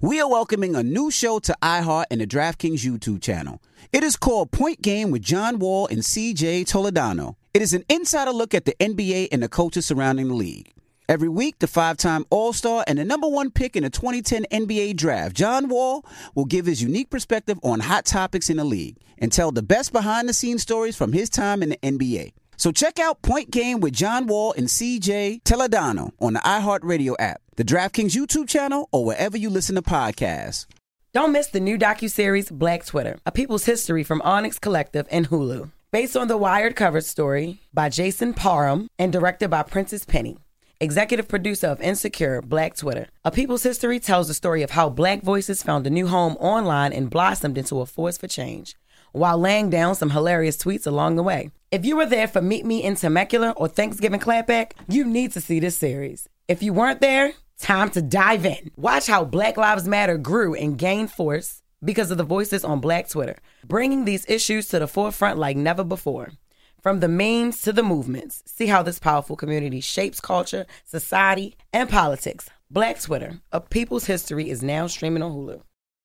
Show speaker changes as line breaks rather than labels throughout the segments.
We are welcoming a new show to iHeart and the DraftKings YouTube channel. It is called Point Game with John Wall and CJ Toledano. It is an insider look at the NBA and the culture surrounding the league. Every week, the five time All Star and the number one pick in the 2010 NBA draft, John Wall, will give his unique perspective on hot topics in the league and tell the best behind the scenes stories from his time in the NBA. So check out Point Game with John Wall and CJ Teledano on the iHeartRadio app the DraftKings YouTube channel, or wherever you listen to podcasts.
Don't miss the new docuseries Black Twitter, A People's History from Onyx Collective and Hulu. Based on the Wired cover story by Jason Parham and directed by Princess Penny. Executive producer of Insecure, Black Twitter. A People's History tells the story of how black voices found a new home online and blossomed into a force for change, while laying down some hilarious tweets along the way. If you were there for Meet Me in Temecula or Thanksgiving Clapback, you need to see this series. If you weren't there, Time to dive in. Watch how Black Lives Matter grew and gained force because of the voices on Black Twitter, bringing these issues to the forefront like never before. From the memes to the movements, see how this powerful community shapes culture, society, and politics. Black Twitter, a people's history, is now streaming on Hulu.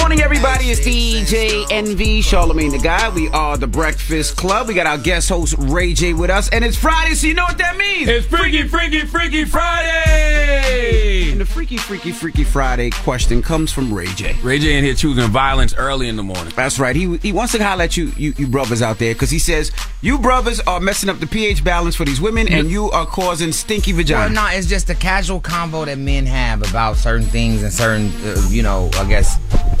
Morning, everybody. It's DJ NV, Charlemagne the Guy. We are the Breakfast Club. We got our guest host Ray J with us, and it's Friday, so you know what that means.
It's Freaky, Freaky, Freaky Friday.
And the Freaky, Freaky, Freaky Friday question comes from Ray J.
Ray J in here choosing violence early in the morning.
That's right. He he wants to holler at you, you, you brothers out there, because he says you brothers are messing up the pH balance for these women, and you are causing stinky
Well,
vaginas.
no, it's just a casual combo that men have about certain things and certain, uh, you know, I guess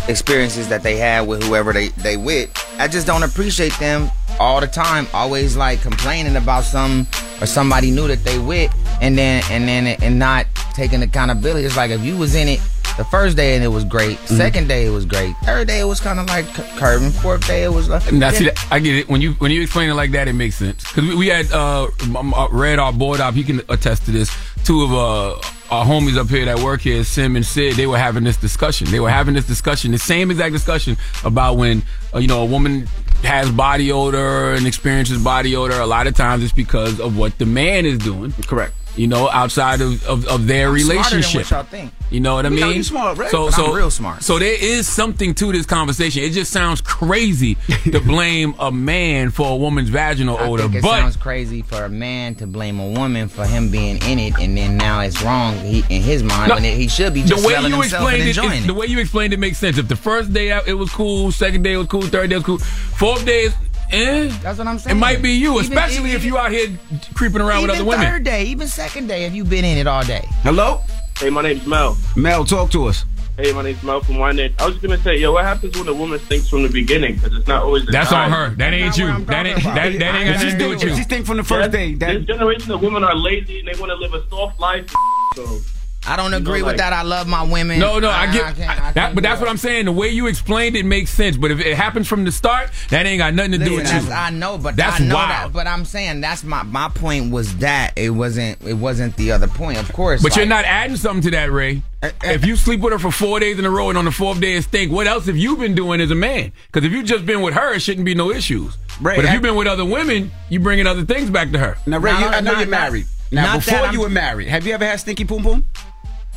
experiences that they had with whoever they they with. I just don't appreciate them all the time, always like complaining about some or somebody new that they with, and then and then and not taking accountability. It's like if you was in it. The first day and it was great.
Mm-hmm.
Second day it was great. Third day it was kind of like cur- curving. Fourth day it was like.
Now, see, that- I get it. When you when you explain it like that, it makes sense. Because we, we had uh, um, uh, Red, our board op, he can attest to this. Two of uh, our homies up here that work here, Sim and Sid, they were having this discussion. They were having this discussion, the same exact discussion about when uh, you know a woman has body odor and experiences body odor. A lot of times, it's because of what the man is doing.
Correct.
You know, outside of of, of their
Smarter than
relationship.
what y'all think.
You know what I
We
mean?
know you smart, right?
So,
But I'm
so
real smart.
So there is something to this conversation. It just sounds crazy to blame a man for a woman's vaginal
I
odor,
think it
but
sounds crazy for a man to blame a woman for him being in it, and then now it's wrong he, in his mind
No,
when it, he should be
the
just
way
selling
you
himself
explained
and
it,
enjoying
it-
it.
the way you explained it makes sense. If the first day out, it was cool, second day was cool, third day was cool, fourth day, is, eh?
That's what I'm
It
saying.
might be you,
Even-
especially if
even-
you out here creeping around with
even
other women.
third day, even second day, if you've been in it all day.
Hello,
Hey, my name's Mel.
Mel. Talk to us.
Hey, my name's Mel from Winnet. I was just gonna say, yo, what happens when a woman stinks from the beginning? Because it's not always. The
That's
guy.
on her. That ain't
not
you.
what I'm
That
talking
ain't
about.
that, that ain't got
If
nothing to do
think,
with
if she
you.
think from the first day,
This
that
generation of women are lazy and they want to live a soft life. So
I don't agree
know, like-
with that. I love my women.
No, no, I get
can't- I
that,
can't
but
do
that's what
it.
I'm saying. The way you explained it makes sense, but if it happens from the start, that ain't got nothing to do
Listen,
with
that's-
you.
I know, but
That's
I know
wild.
That, but I'm saying that's my my point was that it wasn't it wasn't the other point. Of course,
But you're not
like-
adding something to that, Ray. If you sleep with her for four days in a row and on the fourth day it's stink, what else have you been doing as a man? Because if you've just been with her, it shouldn't be no issues.
Ray,
but if
I-
you've been with other women, you bringing other things back to her.
Now, Ray,
No,
you, I know you're
not- not-
married. Now,
not that
before you
I'm-
were married, have you ever had stinky poom poom?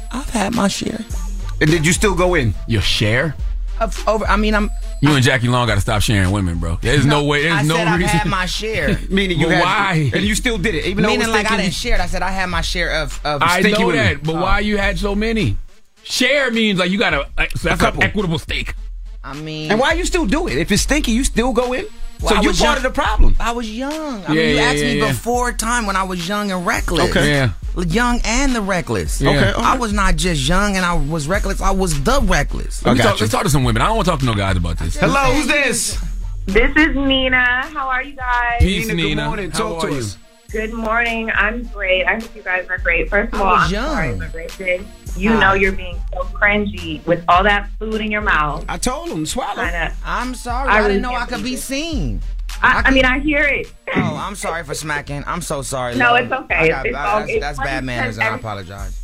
I've had my share.
And did you still go in?
Your share?
Of, over, I mean, I'm.
You and Jackie Long got to stop sharing women, bro. There's no, way. There's
I
no
said
reason.
I've had my share.
Meaning you
But
had
why?
and you still did it, even though
Meaning,
it was
like I
stinky.
didn't share. it. I said I had my share of. of
I
stinky
know
women.
that, but why you had so many? Share means like you got a, like, so that's an
couple.
equitable stake.
Oh, I mean,
and why you still do it? If it's stinky, you still go in.
Well, I
so you
was
part
young-
of the problem.
I was young.
Yeah,
I mean, you
yeah,
asked me
yeah, yeah.
before time when I was young and reckless.
Okay. Yeah.
L- Young and the reckless.
Yeah. Okay,
I was not just young and I was reckless. I was the reckless.
Let me
got
talk,
you.
let's talk to some women. I don't want to talk to no guys about this.
Hello, who's this?
This is Nina. How are you guys?
Peace, Nina.
Good morning.
How
Talk
are
to
you?
us.
Good morning. I'm great. I hope you guys are great. First of
I
all,
was
I'm
young.
sorry for Bridget. You know you're being so cringy with all that food in your mouth.
I told him swallow.
Kinda-
I'm sorry. I,
I
didn't
really
know I
can't
could be
believe it.
seen.
I, I mean, I hear it.
Oh, I'm sorry for smacking. I'm so sorry.
No,
love.
it's okay.
I got-
It's
I-
all-
that's
it's
that's
funny
bad manners, and I
because
apologize.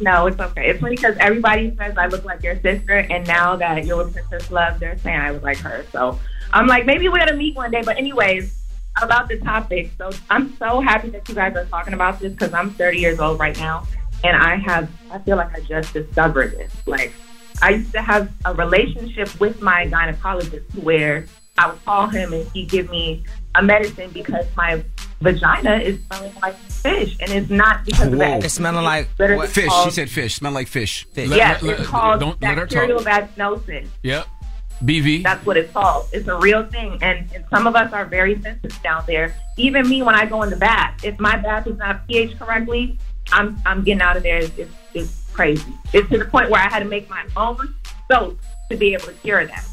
no, it's okay. It's funny because everybody says I look like your sister, and now that you're with Princess Love, they're saying I look like her. So I'm like, maybe we're gonna meet one day. But anyways, about the topic. So I'm so happy that you guys are talking about this because I'm 30 years old right now, and I have I feel like I just discovered this. Like I used to have a relationship with my gynecologist where I would call him and he'd give me a medicine because my vagina is smelling like fish, and it's not because of
Whoa.
that.
It's smelling like
literally
what?
Fish. She
called-
said fish. Smell like fish.
Fish.
Let-
Yes,
let-
it's
let-
called
don't let her
bacterial
talk.
vaginosis.
Yep. BV.
That's what it's called. It's a real thing, and, and some of us are very sensitive down there. Even me, when I go in the bath, if my bath is not pH correctly, I'm I'm getting out of there. It's, it's, it's crazy. It's to the point where I had to make my own soap to be able to cure that.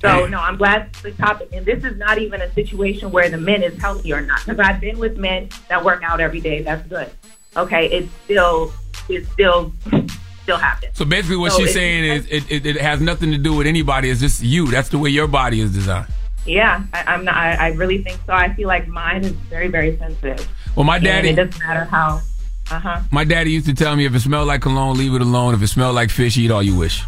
So no, I'm glad for the topic, and this is not even a situation where the men is healthy or not. Because I've been with men that work out every day. That's good. Okay, it's still it's still still happens.
So basically, what
So
she's
if-
saying is it, it, it has nothing to do with anybody. It's just you. That's the way your body is designed.
Yeah, I, I'm not. I, I really think so. I feel like mine is very, very sensitive.
Well, my
And
daddy,
it doesn't matter how. Uh huh.
my daddy used to tell me if it smelled like cologne, leave it alone. If it smelled like fish, eat all you wish.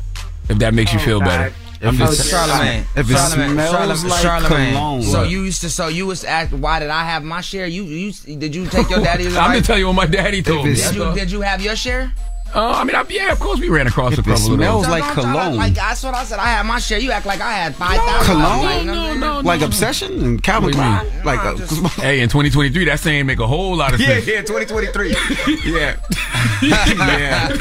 If that makes you feel
God.
better. I'm
Oh,
just
Charlemagne.
If it smells like cologne.
So
What?
you used to. So you was asked why did I have my share? You you did you take your daddy's
I'm
advice?
just telling you what my daddy told me.
it's-
Did
That's
you,
all.
did you have your share?
Uh, I mean, I, yeah, of course we ran across a
it
couple of
smells
those.
like
Don't try to-
cologne.
Like that's what I said. I had my share. You act like I had five thousand.
cologne?
Like,
No,
no,
no,
Like
no.
obsession and
What
Calvin
do you mean?
Klein. Like
No,
uh,
just-
Hey, in 2023, that saying make a whole lot of
yeah,
sense.
yeah, 2023. yeah, yeah,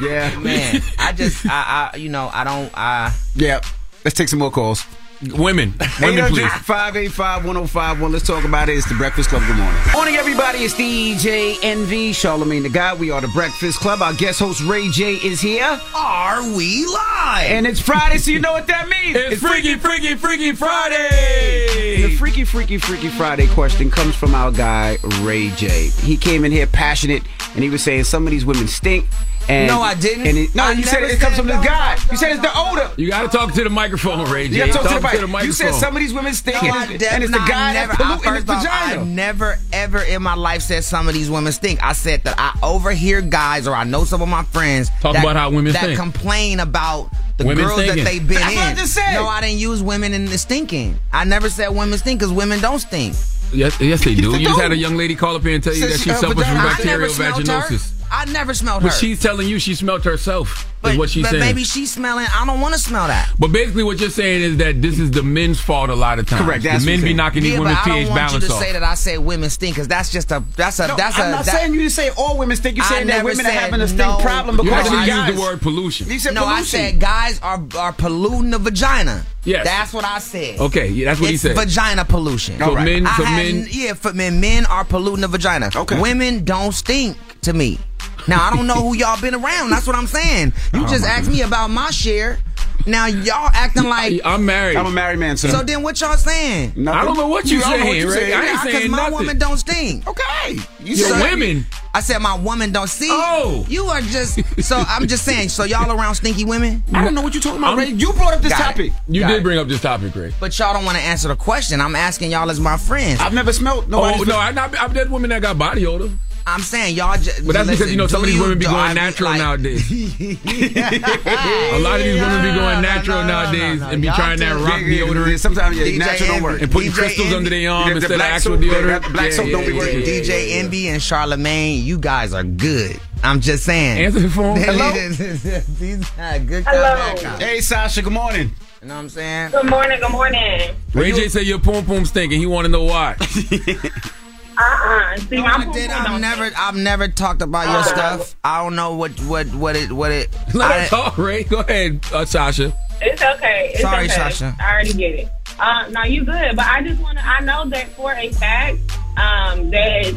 yeah,
Man, I just I, I you know I don't I.
yeah. Let's take some more calls.
Women, women, please.
585-1051. Let's talk about it. It's the Breakfast Club. Good morning. Morning, everybody. It's DJ NV, Charlemagne the Guy. We are the Breakfast Club. Our guest host Ray J is here.
Are we live?
And it's Friday, so you know what that means.
It's Freaky, Freaky, Freaky Friday.
The Freaky Freaky Freaky Friday question comes from our guy Ray J. He came in here passionate and he was saying some of these women stink. And
No, I didn't.
And it, no,
I
you said
never
it comes
said
from this
no,
guy.
no,
you said it's
no,
the odor.
You gotta talk to the microphone, Ray J.
You gotta talk to the, mic.
microphone.
You said some of these women stink,
No,
and,
I
it's, and it's the
def- no, I
guy that's
never- I-
polluting his
first off,
vagina.
I never ever in my life said some of these women stink. I said that I overhear guys or I know some of my friends
Talk
that,
about how women
that
stink.
complain about the
Women
girls
stinking.
that they've been
That's
in.
what I just said.
No, I didn't use women in the stinking. I never said women stink because women don't stink.
Yes, yes, they do.
Yes, they
You just
do.
had a young lady call up here and tell you
Says
that
she-
she
her
suffers from
vagina- I
I never
bacterial
smelled
vaginosis.
her. I never smelled
But
her.
she's telling you she smelled herself. is what she's
but
saying.
maybe she's smelling. I don't want to smell that.
but basically, what you're saying is that this is the men's fault a lot of times.
Correct,
The
that's what
men
I'm
be
saying.
knocking these
Yeah, but
women's
I don't
pH
want you
balance
to
off.
say that I said women stink because that's just a that's a
No,
that's
I'm
a
not
that-
saying you didn't say all women stink. You're
I
saying that
never
women are
said
having a stink
no.
problem
you
because
actually
of
used
guys.
the word pollution.
You said
No, I
pollution.
said guys are are polluting the vagina.
Yes.
that's what I said.
Okay, yeah, that's what he
It's
said.
Vagina pollution.
So men,
I
so
had-
men.
yeah, for men, men are polluting the vagina.
Okay.
women don't stink to me. Now I don't know who y'all been around. That's what I'm saying. You
Oh
just asked me about my share. Now y'all acting like.
I'm married.
I'm a married man, so,
So then, what y'all saying?
nothing.
I don't know what you
I don't know
saying,
you
Ray. I ain't
Because
saying
my
nothing.
women don't stink.
Okay, you
Your
said
women
I said my woman don't see. Oh, you are just so. I'm just saying. So y'all around stinky women? I don't know what you're talking
about, Ray. You
brought
up this topic. You did bring up this topic, Ray.
But y'all don't want to answer the question. I'm asking y'all as my friends. I've
never smelled
nobody's- Oh, no, I not, I've dead women that got body odor.
I'm saying y'all. Just,
But that's because you know
listen,
some of
do
these women be
do
going
I
natural
like-
nowadays. a lot of these women be going natural nowadays and be
Y'all
trying that
too.
rock
Yeah, yeah,
deodorant.
yeah, sometimes, yeah, DJ natural don't Envy. work.
And putting
DJ
crystals
Envy.
under their arm
The- the
instead of
black
actual
soap, the-
deodorant.
the black soap don't be working. DJ Envy and Charlemagne, you guys are good. I'm just saying.
Answer the phone.
Hello?
Hello?
These are good guys, bad guys.
Hey, Sasha. Good morning.
You know what I'm saying?
Good morning. Good morning.
Ray J say your poom poom stinking. He want to know why.
Uh-uh. See,
No,
my
I
poom
did.
poom
I've
don't
never, I've never talked about your stuff. I don't know what, what, what it, what it.
Let
I-
her talk, Ray. Go ahead, uh, Sasha.
It's okay. It's
Sorry,
okay.
Sasha.
I already get it. Uh, no, you good. But I just want to. I know that for a fact um, that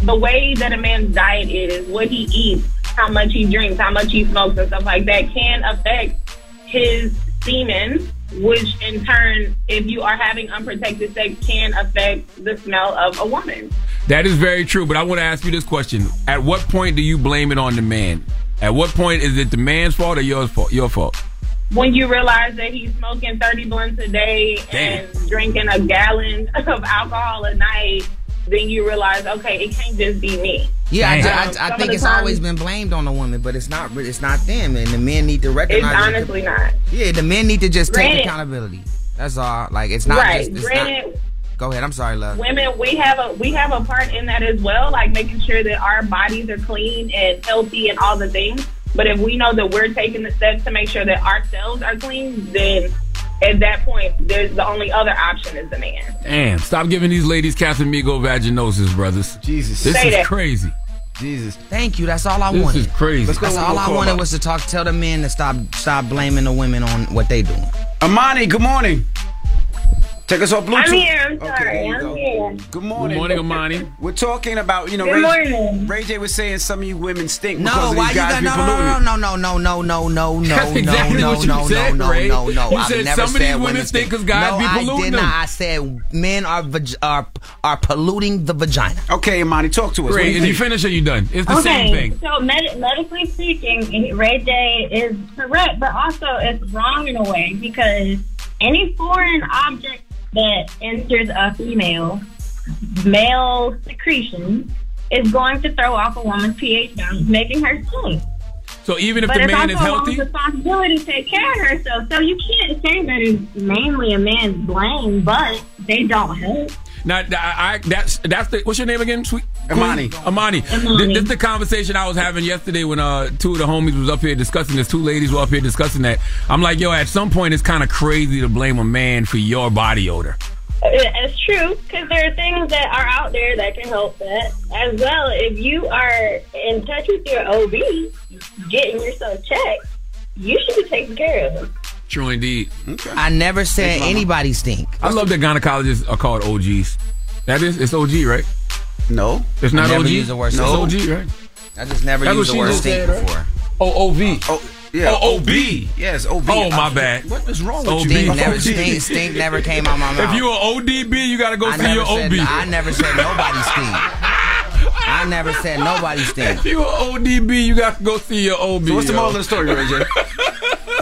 the way that a man's diet is, what he eats, how much he drinks, how much he smokes, and stuff like that can affect his semen. Which in turn, if you are having unprotected sex, can affect the smell of a woman.
That is very true, but I want to ask you this question: At what point do you blame it on the man? At what point is it the man's fault or yours fault? Your fault?
When you realize that he's smoking 30 blunts a day and drinking a gallon of alcohol a night, then you realize, okay, it can't just be me.
Yeah, I,
Um,
I- I
some of
think
the
it's
times-
always been blamed on the woman, but it's not. It's not them, and the men need to recognize.
It's
that.
honestly not.
Yeah, the men need to just
Granted-
take accountability. That's all. Like it's not uh,
right.
just. It's
Granted,
not, go ahead. I'm sorry, love.
women we have a we have a part in that as well, like making sure that our bodies are clean and healthy and all the things. But if we know that we're taking the steps to make sure that ourselves are clean, then at that point, there's the only other option is the man.
Damn! Stop giving these ladies Casamigo vaginosis, brothers. Jesus, this
Say
is
that.
crazy.
Jesus. Thank you. That's all I
This
wanted.
is crazy. Let's go
That's
with
all
one
I
caller.
wanted was to talk. Tell the men to stop. Stop blaming the women on what they doing.
Amani, good morning. Check us off Bluetooth. Oh,
I'm here. I'm
Okay,
sorry.
there you
I'm
go.
here.
Good morning.
Good morning, Amani.
We're talking about, you know,
Good
Ray,
morning.
Ray J was saying some of you women stink because
No,
of
why
these
you
guys
got no,
be
no,
polluted.
no, no, no, no, no, no, no, no, no,
That's exactly
no,
what you
no,
said,
no,
Ray.
no, no, no.
You
I've
said
never
some of
said
these women think 'cause guys
no,
be
I did
polluting
not.
them.
I said men are vag- are are polluting the vagina.
Okay, Imani, talk to us.
Ray, is you finished or you done? It's the same thing.
So med- medically speaking, Ray J is correct, but also it's wrong in a way because any foreign object that enters a female male secretion is going to throw off a woman's pH balance, making her stink.
So even if
but
the
it's
man
also
is
a woman's
healthy,
responsibility to take care of herself. So you can't say that it's mainly a man's blame, but they don't help.
Now, th- I, I, that's that's the what's your name again? Sweet Queen?
Imani.
Imani. Th- This is the conversation I was having yesterday when uh two of the homies was up here discussing this. Two ladies were up here discussing that. I'm like, yo, at some point it's kind of crazy to blame a man for your body odor.
It- Uh, It's true because there are things that are out there that can help that as well. If you are in touch with your OB, getting yourself checked, you should be taken care of.
True indeed.
I never said anybody stink.
I love that gynecologists are called OGs. That is, it's OG, right?
No,
it's
I
not
never
OG.
used the word
It's
stink.
OG, right?
I just never
That's
used
what
the
she
word
just
stink
said, right?
before.
Oh, OV. Oh,
yeah.
Oh, OB.
Yes, OB.
Oh, my
I-
bad.
What is wrong with
OB.
you?
Stink never, stink, stink never came out my mouth.
If you are ODB, you got to go
I
see
never
your
said,
OB.
I never said nobody stink. I never said nobody stink.
If you are ODB, you got to go see your OB.
So what's the
yo.
moral of the story, Ray J?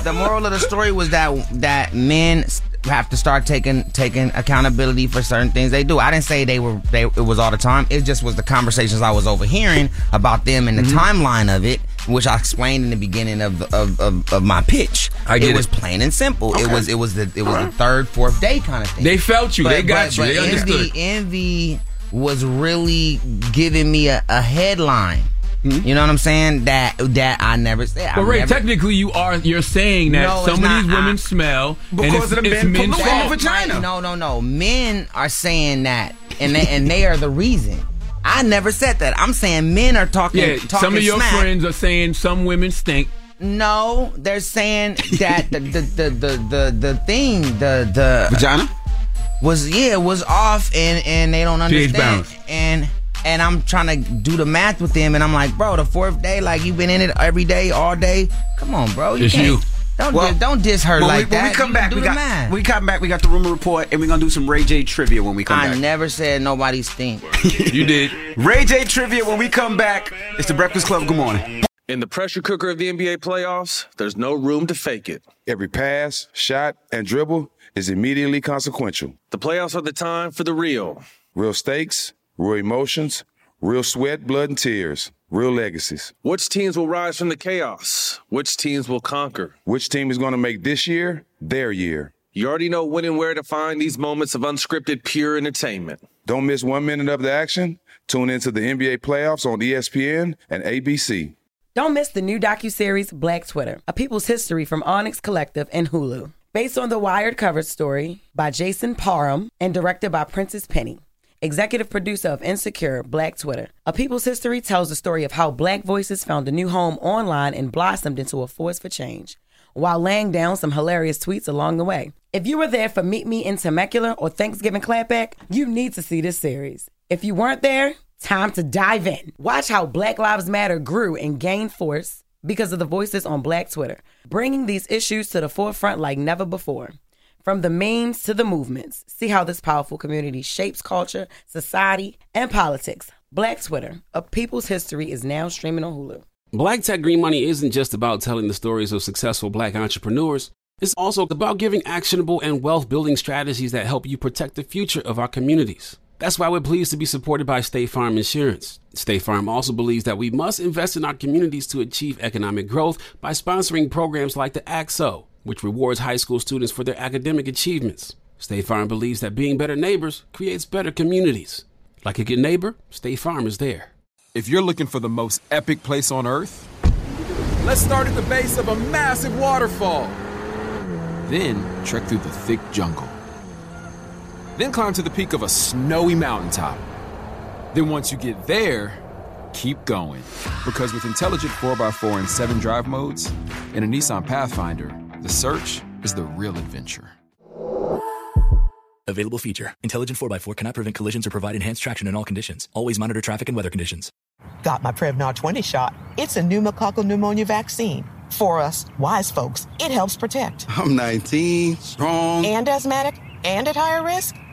the moral of the story was that that men s- have to start taking taking accountability for certain things they do. I didn't say they were they it was all the time. It just was the conversations I was overhearing about them and the
Mm-hmm.
timeline of it, which I explained in the beginning of of, of, of my pitch.
I get
it was
it.
plain and simple. It
Okay.
was it was the it was the
Alright.
third fourth day kind of thing.
They felt you. they got you. they
envy,
understood.
Envy was really giving me a, a headline. You know what I'm saying? That that I never said. I
But Hmm? Ray,
never,
technically, you are you're saying that
No,
some
it's
of these
not.
women
I-
smell and it's, it's men's fault.
Right. No, no, no. Men are saying that, and they, and they are the reason. I never said that. I'm saying men are talking.
Yeah,
talking
some of your
smack.
friends are saying some women stink.
No, they're saying that the the the the the, the thing the the
vagina
was yeah was off and and they don't
pH
understand
balance.
and and I'm trying to do the math with them and I'm like bro the fourth day like you've been in it every day all day come on bro you
It's
can't
you.
Don't di- don't diss her
Well,
like
we,
that.
When we come
You
back,
do
we
the
got
math.
we come back. We got the rumor report, and we're gonna do some Ray J trivia when we come
I
back.
never said nobody stink.
you did Ray J trivia when we come back. It's the Breakfast Club. Good morning.
In the pressure cooker of the NBA playoffs, there's no room to fake it.
Every pass, shot, and dribble is immediately consequential.
The playoffs are the time for the real.
Real stakes, real emotions, real sweat, blood, and tears, real legacies.
Which teams will rise from the chaos? Which teams will conquer?
Which team is going to make this year their year?
You already know when and where to find these moments of unscripted, pure entertainment.
Don't miss one minute of the action. Tune into the NBA playoffs on E ESPN and ABC.
Don't miss the new docuseries Black Twitter, A People's History from Onyx Collective and Hulu. Based on the Wired cover story by Jason Parham and directed by Princess Penny. Executive producer of Insecure, Black Twitter. A People's History tells the story of how black voices found a new home online and blossomed into a force for change while laying down some hilarious tweets along the way. If you were there for Meet Me in Temecula or Thanksgiving Clapback, you need to see this series. If you weren't there, time to dive in. Watch how Black Lives Matter grew and gained force because of the voices on Black Twitter, bringing these issues to the forefront like never before. From the memes to the movements, see how this powerful community shapes culture, society, and politics. Black Twitter, a people's history, is now streaming on Hulu.
Black Tech Green Money isn't just about telling the stories of successful black entrepreneurs. It's also about giving actionable and wealth building strategies that help you protect the future of our communities. That's why we're pleased to be supported by State Farm Insurance. State Farm also believes that we must invest in our communities to achieve economic growth by sponsoring programs like the AXO, which rewards high school students for their academic achievements. State Farm believes that being better neighbors creates better communities. Like a good neighbor, State Farm is there.
If you're looking for the most epic place on earth, let's start at the base of a massive waterfall. Then trek through the thick jungle. Then climb to the peak of a snowy mountaintop. Then once you get there, keep going. Because with intelligent 4x4 and 7 drive modes and a Nissan Pathfinder, the search is the real adventure.
Available feature. Intelligent 4x4 cannot prevent collisions or provide enhanced traction in all conditions. Always monitor traffic and weather conditions.
got my Prevnar 20 shot. It's a pneumococcal pneumonia vaccine. For us, wise folks, it helps protect.
I'm 19, strong.
And asthmatic and at higher risk,